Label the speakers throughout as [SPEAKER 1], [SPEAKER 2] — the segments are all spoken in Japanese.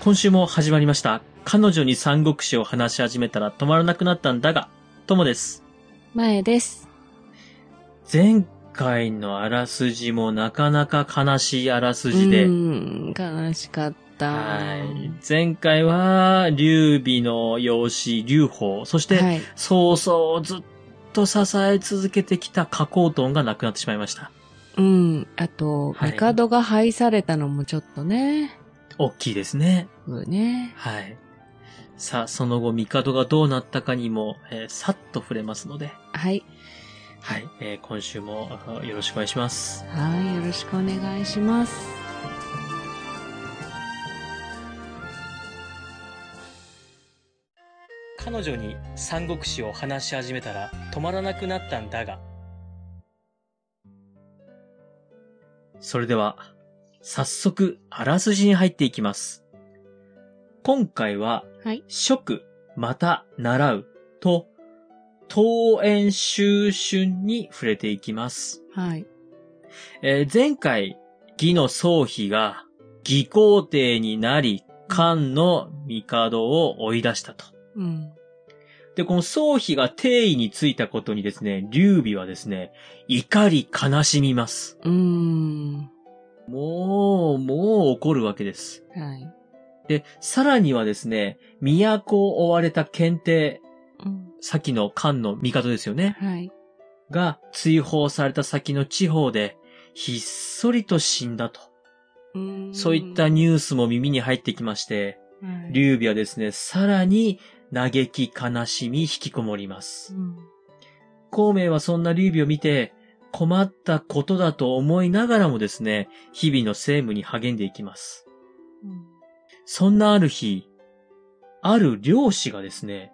[SPEAKER 1] 今週も始まりました。彼女に三国志を話し始めたら止まらなくなったんだが、ともです。
[SPEAKER 2] 前です。
[SPEAKER 1] 前回のあらすじもなかなか悲しいあらす
[SPEAKER 2] う
[SPEAKER 1] じで、
[SPEAKER 2] ーん、悲しかった。
[SPEAKER 1] はい。前回は、劉備の養子、劉邦、そして、
[SPEAKER 2] はい、
[SPEAKER 1] 曹操をずっと支え続けてきた加工トンが亡くなってしまいました。
[SPEAKER 2] うん。あと、
[SPEAKER 1] はい
[SPEAKER 2] 帝が廃されたのもちょっとね。
[SPEAKER 1] 大きいですね。
[SPEAKER 2] そうね。
[SPEAKER 1] はい。さあ、その後、帝がどうなったかにも、えーさっと触れますので、
[SPEAKER 2] はい。
[SPEAKER 1] はい。えー今週もあよろしくお願いします。
[SPEAKER 2] はい、よろしくお願いします。
[SPEAKER 1] 彼女に三国志を話し始めたら止まらなくなったんだが。それでは、早速、あらすじに入っていきます。今回は、
[SPEAKER 2] はい。
[SPEAKER 1] 食、また、習う、と、桃園秋春に触れていきます。
[SPEAKER 2] はい。
[SPEAKER 1] えー前回、義の宗妃が、義皇帝になり、漢の帝を追い出したと。
[SPEAKER 2] うん。
[SPEAKER 1] で、この宗妃が帝位についたことにですね、劉備はですね、怒り悲しみます。
[SPEAKER 2] うーん。
[SPEAKER 1] もう、もう怒るわけです。
[SPEAKER 2] はい。
[SPEAKER 1] で、さらにはですね、都を追われた検定、
[SPEAKER 2] うん。
[SPEAKER 1] さっきの漢の帝ですよね、
[SPEAKER 2] はい。
[SPEAKER 1] が追放された先の地方で、ひっそりと死んだと。
[SPEAKER 2] うーん
[SPEAKER 1] そういったニュースも耳に入ってきまして、
[SPEAKER 2] はい
[SPEAKER 1] 劉備はですね、さらに嘆き悲しみ引きこもります
[SPEAKER 2] う。ん
[SPEAKER 1] 孔明はそんな劉備を見て、困ったことだと思いながらもですね、日々の政務に励んでいきます。
[SPEAKER 2] うん
[SPEAKER 1] そんなある日、ある漁師がですね、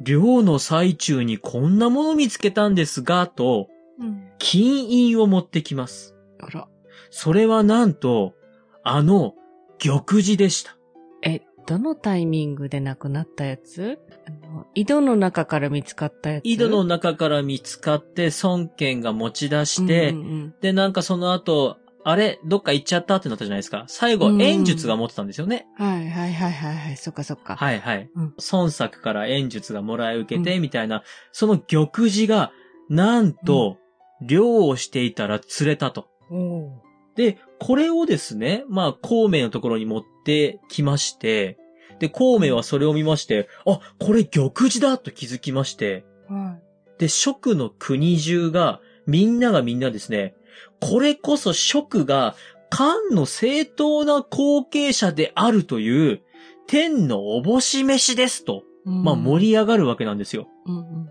[SPEAKER 1] 漁の最中にこんなもの見つけたんですが、と、
[SPEAKER 2] うん。
[SPEAKER 1] 金印を持ってきます。
[SPEAKER 2] あら。
[SPEAKER 1] それはなんと、あの、玉璽でした。
[SPEAKER 2] え、どのタイミングで亡くなったやつあの、井戸の中から見つかったやつ
[SPEAKER 1] 井戸の中から見つかって、孫権が持ち出して、
[SPEAKER 2] うんうん
[SPEAKER 1] で、なんかその後、あれどっか行っちゃったってなったじゃないですか。最後
[SPEAKER 2] う、ん
[SPEAKER 1] 演術が持ってたんですよね。
[SPEAKER 2] うんはいはいはいはいはい。そっかそっか。
[SPEAKER 1] はいはい。
[SPEAKER 2] うん
[SPEAKER 1] 孫作から演術がもらい受けて、
[SPEAKER 2] うん
[SPEAKER 1] みたいな、その玉璽が、なんと、漁をしていたら釣れたと。
[SPEAKER 2] おー
[SPEAKER 1] で、これをですね、まあ、孔明のところに持ってきまして、で、孔明はそれを見まして、あ、これ玉璽だと気づきまして、
[SPEAKER 2] は
[SPEAKER 1] で、蜀の国中が、みんながみんなですね、これこそ蜀が漢の正当な後継者であるという、天のおぼし飯ですと、
[SPEAKER 2] い。
[SPEAKER 1] まあ盛
[SPEAKER 2] り、
[SPEAKER 1] り上がるわけなんですよ。
[SPEAKER 2] うんうん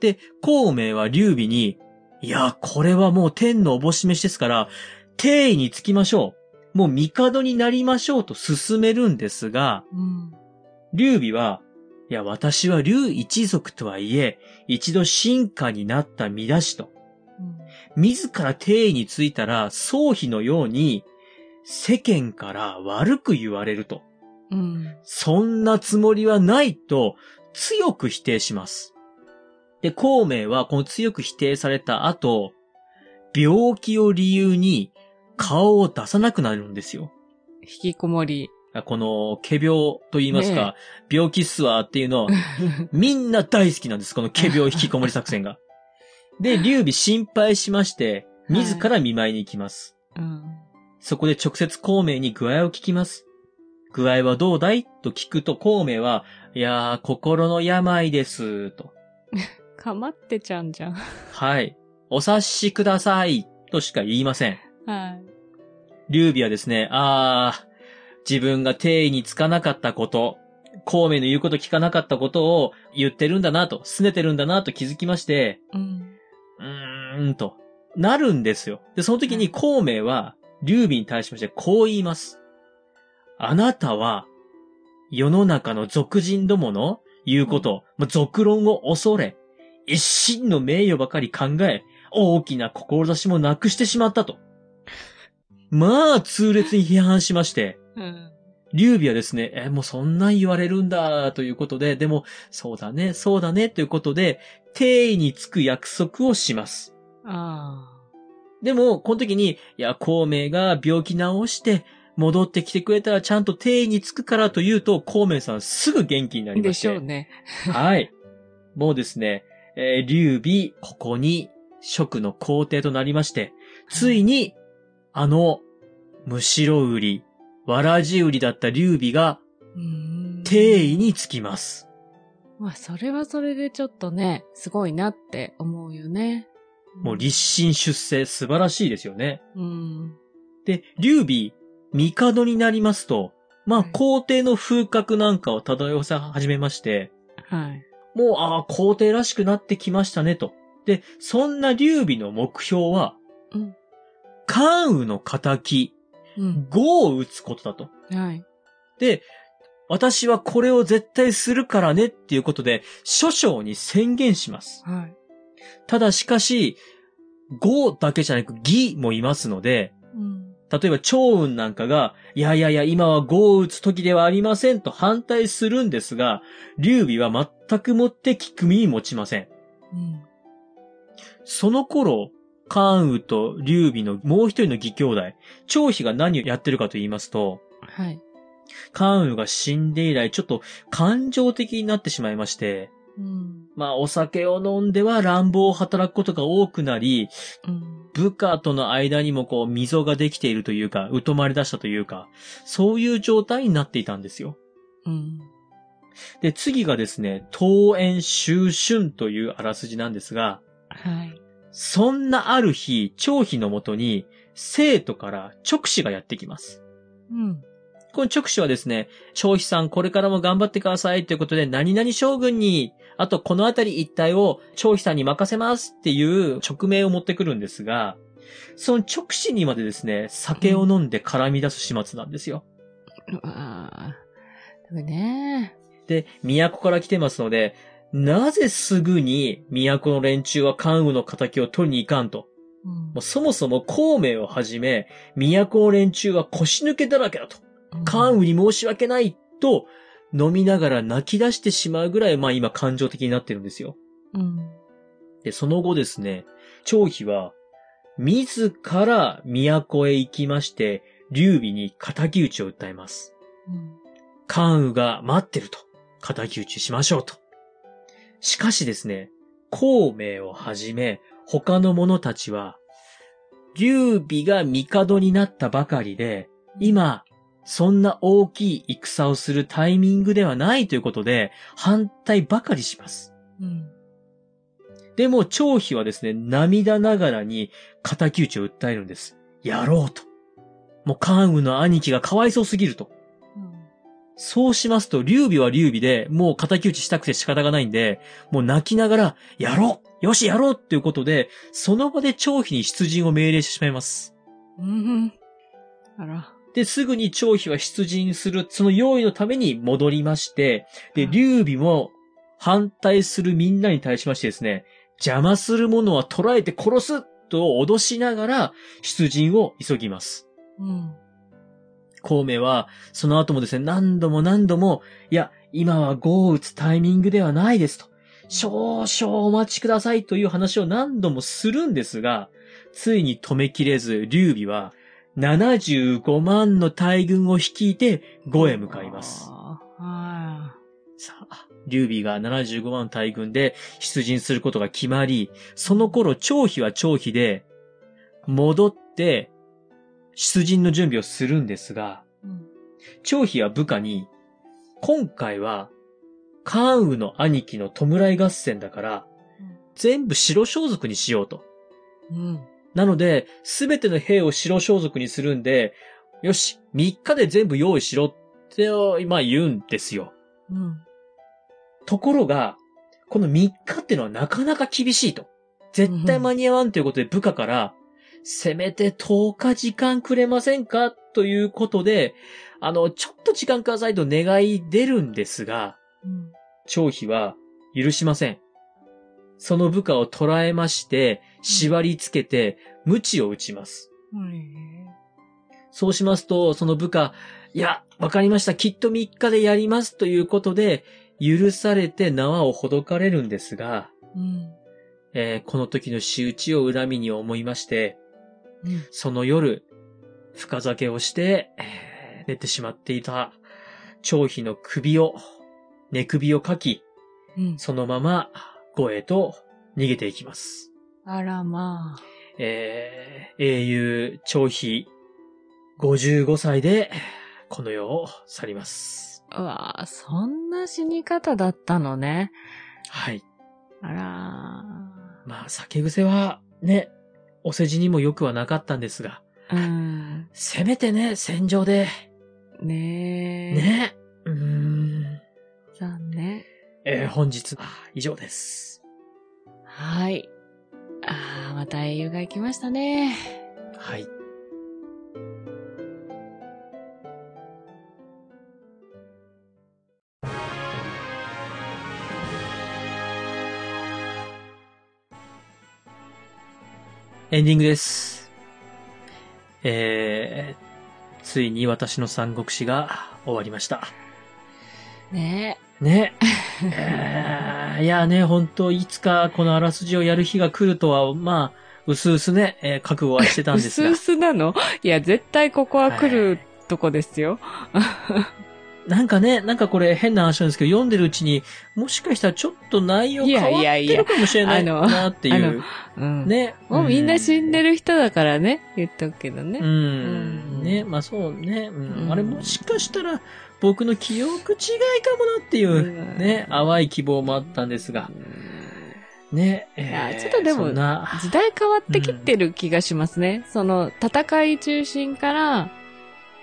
[SPEAKER 1] で、孔明は劉備に、いや、これはもう天のおぼし飯ですから、帝位につきましょう。もう帝になりましょうと進めるんですが、
[SPEAKER 2] うん
[SPEAKER 1] 劉備は、いや、私は劉一族とはいえ、一度進化になった身だしと、
[SPEAKER 2] うん
[SPEAKER 1] 自ら帝位についたら、宗妃のように、世間から悪く言われると、
[SPEAKER 2] うん
[SPEAKER 1] そんなつもりはないと、強く否定します。で、孔明はこの強く否定された後、病気を理由に顔を出さなくなるんですよ。
[SPEAKER 2] 引きこも り。
[SPEAKER 1] この、毛病と言いますか、病気っすわっていうのを、
[SPEAKER 2] う
[SPEAKER 1] みんな大好きなんです、この毛病引きこもり作戦が。で、劉備心配しまして、
[SPEAKER 2] はい
[SPEAKER 1] 自ら見舞いに行きます。
[SPEAKER 2] ん
[SPEAKER 1] そこで直接孔明に具合を聞きます。具合はどうだいと聞くと孔明は、いやー、心の病です、と。
[SPEAKER 2] かまってちゃんじゃん。
[SPEAKER 1] はい。お察しください、としか言いません。
[SPEAKER 2] はい。
[SPEAKER 1] 劉備はですね、あー、自分が定位につかなかったこと、孔明の言うこと聞かなかったことを言ってるんだなと、拗ねてるんだなと気づきまして、
[SPEAKER 2] うん。
[SPEAKER 1] うーんと、なるんですよ。で、その時に孔明は、劉備に対しましてこう言います。あなたは、世の中の俗人どもの言うこと、まあ俗論を恐れ、一心の名誉ばかり考え、大きな志もなくしてしまった と。まあ、痛烈に批判しまして、
[SPEAKER 2] うん。
[SPEAKER 1] 劉備はですね、え、もうそんなん言われるんだ、ということで、でも、そうだね、そうだね、ということで、定位につく約束をします。
[SPEAKER 2] あ
[SPEAKER 1] でも、この時に、いや、孔明が病気治して、戻ってきてくれたらちゃんと定位につくからというと、孔明さんすぐ元気になりま
[SPEAKER 2] で
[SPEAKER 1] し。
[SPEAKER 2] してょうね。
[SPEAKER 1] はい。もうですね、えー、劉備、ここに、蜀の皇帝となりまして、ついに、あの、むしろ売り、わらじ売りだった劉備が、
[SPEAKER 2] うん
[SPEAKER 1] 定位につきます。
[SPEAKER 2] まあ、それはそれでちょっとね、すごいなって思うよね。
[SPEAKER 1] もう立身出世、素晴らしいですよね。
[SPEAKER 2] うん。
[SPEAKER 1] で、劉備、帝になりますと、まあ、
[SPEAKER 2] はい
[SPEAKER 1] 皇帝の風格なんかを漂さ始めまして、
[SPEAKER 2] はい。
[SPEAKER 1] もう、ああ、皇帝らしくなってきましたね、と。で、そんな劉備の目標は、
[SPEAKER 2] うん
[SPEAKER 1] 関羽の仇、
[SPEAKER 2] うん。
[SPEAKER 1] 呉を打つことだと。
[SPEAKER 2] はい。
[SPEAKER 1] で、私はこれを絶対するからねっていうことで、諸将に宣言します。
[SPEAKER 2] はい。
[SPEAKER 1] ただしかし、呉だけじゃなく義もいますので、
[SPEAKER 2] うん。
[SPEAKER 1] 例えば趙雲なんかが、いやいやいや、今は呉を打つ時ではありませんと反対するんですが、劉備は全くもって聞く身に持ちません。
[SPEAKER 2] うん。
[SPEAKER 1] その頃、関羽と劉備のもう一人の義兄弟、張飛が何をやってるかと言いますと、
[SPEAKER 2] はい。
[SPEAKER 1] 関羽が死んで以来ちょっと感情的になってしまいまして、
[SPEAKER 2] うん。
[SPEAKER 1] まあお酒を飲んでは乱暴を働くことが多くなり、
[SPEAKER 2] うん。
[SPEAKER 1] 部下との間にもこう溝ができているというか、疎まれ出したというか、そういう状態になっていたんですよ。
[SPEAKER 2] うん。
[SPEAKER 1] で、次がですね、桃園秋春というあらすじなんですが、
[SPEAKER 2] はい。
[SPEAKER 1] そんなある日、張飛のもとに、生徒から直視がやってきます。
[SPEAKER 2] うん。
[SPEAKER 1] この直視はですね、張飛さんこれからも頑張ってくださいということで、何々将軍に、あとこの辺り一帯を張飛さんに任せますっていう直名を持ってくるんですが、その直視にまでですね、酒を飲んで絡み出す始末なんですよ。
[SPEAKER 2] うわーだめね。
[SPEAKER 1] で、都から来てますので、なぜすぐに都の連中は関羽の仇を取りに行かんと。
[SPEAKER 2] うん
[SPEAKER 1] もう。そもそも孔明をはじめ、都の連中は腰抜けだらけだと。関羽に申し訳ないと、飲みながら泣き出してしまうぐらい、まあ今感情的になってるんですよ。
[SPEAKER 2] うん。
[SPEAKER 1] で、その後ですね、張飛は、自ら都へ行きまして、劉備に仇討ちを訴えます。
[SPEAKER 2] うん。
[SPEAKER 1] 関羽が待ってると。敵討ちしましょうと。しかしですね、孔明をはじめ、他の者たちは、劉備が帝になったばかりで、今、そんな大きい戦をするタイミングではないということで、反対ばかりします。
[SPEAKER 2] うん。
[SPEAKER 1] でも、張飛はですね、涙ながらに敵討ちを訴えるんです。やろうと。もう関羽の兄貴がかわいそうすぎると。
[SPEAKER 2] うん。
[SPEAKER 1] そうしますと、劉備は劉備で、もう敵討ちしたくて仕方がないんで、もう泣きながら、やろうよし、やろうっていうことで、その場で張飛に出陣を命令してしまいます。
[SPEAKER 2] うん。あら。
[SPEAKER 1] で、すぐに張飛は出陣する、その用意のために戻りまして、で、
[SPEAKER 2] うん
[SPEAKER 1] 劉備も反対するみんなに対しましてですね、邪魔する者は捕らえて殺すと脅しながら、出陣を急ぎます。
[SPEAKER 2] うん。
[SPEAKER 1] 孔明は、その後もですね、何度も何度も、いや、今は碁を打つタイミングではないですと。少々お待ちくださいという話を何度もするんですが、ついに止めきれず、劉備は、75万の大軍を率いて、呉へ向かいます。
[SPEAKER 2] あーは
[SPEAKER 1] さあ、劉備が75万の大軍で出陣することが決まり、その頃、張飛は張飛で、戻って、出陣の準備をするんですが、
[SPEAKER 2] い。うん。
[SPEAKER 1] 張飛は部下に、今回は、関羽の兄貴の弔い合戦だから
[SPEAKER 2] うん、
[SPEAKER 1] 全部白装束にしようと。
[SPEAKER 2] うん。
[SPEAKER 1] なので、すべての兵を白装束にするんで、よし、3日で全部用意しろって、今言うんですよ。
[SPEAKER 2] うん。
[SPEAKER 1] ところが、この3日ってのはなかなか厳しいと。絶対間に合わんということで部下から、せめて10日時間くれませんかということで、あの、ちょっと時間くださいと願い出るんですが、
[SPEAKER 2] うん。
[SPEAKER 1] 張飛は許しません。その部下を捕らえまして、縛り付けて、鞭を打ちます。
[SPEAKER 2] うん。
[SPEAKER 1] そうしますと、その部下、いや、わかりました。きっと3日でやりますということで、許されて縄をほどかれるんですが、
[SPEAKER 2] うん。
[SPEAKER 1] えーこの時の仕打ちを恨みに思いまして、
[SPEAKER 2] うん
[SPEAKER 1] その夜、深酒をして、えー寝てしまっていた、張飛の首を、寝首をかき、
[SPEAKER 2] うん。
[SPEAKER 1] そのまま、護衛と逃げていきます。
[SPEAKER 2] あらまあ。
[SPEAKER 1] えー英雄、張飛、55歳で、この世を去ります。
[SPEAKER 2] うわあ、そんな死に方だったのね。
[SPEAKER 1] はい。
[SPEAKER 2] あら
[SPEAKER 1] まあ、酒癖は、ね、お世辞にも良くはなかったんですが、
[SPEAKER 2] ーうん。
[SPEAKER 1] せめてね、戦場で、
[SPEAKER 2] ねえ。
[SPEAKER 1] ね、うーん、
[SPEAKER 2] 残念。
[SPEAKER 1] えー本日は以上です。
[SPEAKER 2] はい。ああ、また英雄が行きましたね。
[SPEAKER 1] はい。エンディングです。えー、ついに私の三国志が終わりました。
[SPEAKER 2] ね
[SPEAKER 1] ね。えーいやね、本当いつかこのあらすじをやる日が来るとは、まあ、うすうすね、えー覚悟はしてたん
[SPEAKER 2] う
[SPEAKER 1] です
[SPEAKER 2] す
[SPEAKER 1] が。
[SPEAKER 2] うすなのいや、絶対ここは来
[SPEAKER 1] は
[SPEAKER 2] る
[SPEAKER 1] い
[SPEAKER 2] とこですよ。
[SPEAKER 1] なんかね、なんかこれ変な話なんですけど、読んでるうちに、もしかしたらちょっと内容
[SPEAKER 2] い
[SPEAKER 1] 変わ
[SPEAKER 2] や
[SPEAKER 1] っ
[SPEAKER 2] いや
[SPEAKER 1] て
[SPEAKER 2] い
[SPEAKER 1] る
[SPEAKER 2] や
[SPEAKER 1] かもしれないなってい
[SPEAKER 2] あ
[SPEAKER 1] う。
[SPEAKER 2] うん。
[SPEAKER 1] ね。
[SPEAKER 2] もうみんな死んで
[SPEAKER 1] る。
[SPEAKER 2] る人だからね。言っとくけどね。
[SPEAKER 1] う
[SPEAKER 2] うん
[SPEAKER 1] ん。ね、まあそうね。う
[SPEAKER 2] うんん
[SPEAKER 1] あれもしかしたら、僕の記憶違いかもなっていうう、
[SPEAKER 2] ん
[SPEAKER 1] ね、淡い希望もあったんですが
[SPEAKER 2] う、ん
[SPEAKER 1] ね。
[SPEAKER 2] や
[SPEAKER 1] えー
[SPEAKER 2] ちょっとで
[SPEAKER 1] そ
[SPEAKER 2] も
[SPEAKER 1] んな、
[SPEAKER 2] 時代変わってきてる気がしますね。その、戦い中心から、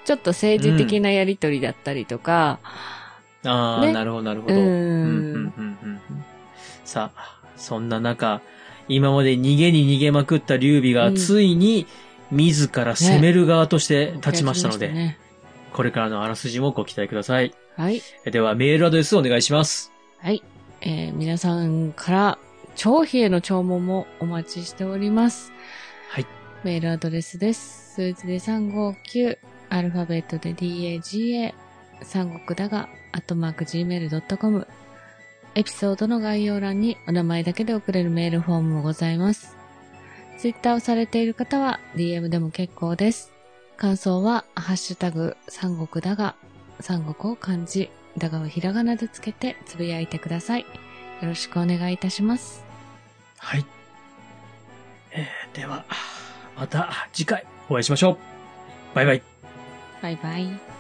[SPEAKER 2] ちょっと政治的なやりとりだったりとか、
[SPEAKER 1] ああ、
[SPEAKER 2] ね
[SPEAKER 1] なるほど、なるほ
[SPEAKER 2] う
[SPEAKER 1] ど。う
[SPEAKER 2] ん
[SPEAKER 1] ん、うん、うん、うん。さあ、そんな中、今まで逃げに逃げまくった劉備が、
[SPEAKER 2] うん
[SPEAKER 1] ついに、自ら攻める側として立ちましたので、
[SPEAKER 2] ね
[SPEAKER 1] これからのあらすじもご期待ください。
[SPEAKER 2] はい。
[SPEAKER 1] えでは、メールアドレスお願いします。
[SPEAKER 2] はい。えー皆さんから、長飛への弔問もお待ちしております。
[SPEAKER 1] はい。
[SPEAKER 2] メールアドレスです。数字で359、アルファベットで DAGA、三国だが、アットマーク Gmail.com。エピソードの概要欄にお名前だけで送れるメールフォームもございます。ツイッターをされている方は DM でも結構です。感想は、ハッシュタグ、三国だが、三国を漢字、だがをひらがなでつけてつぶやいてください。よろしくお願いいたします。
[SPEAKER 1] はい。えーでは、また次回お会いしましょう。バイバイ。
[SPEAKER 2] バイバイ。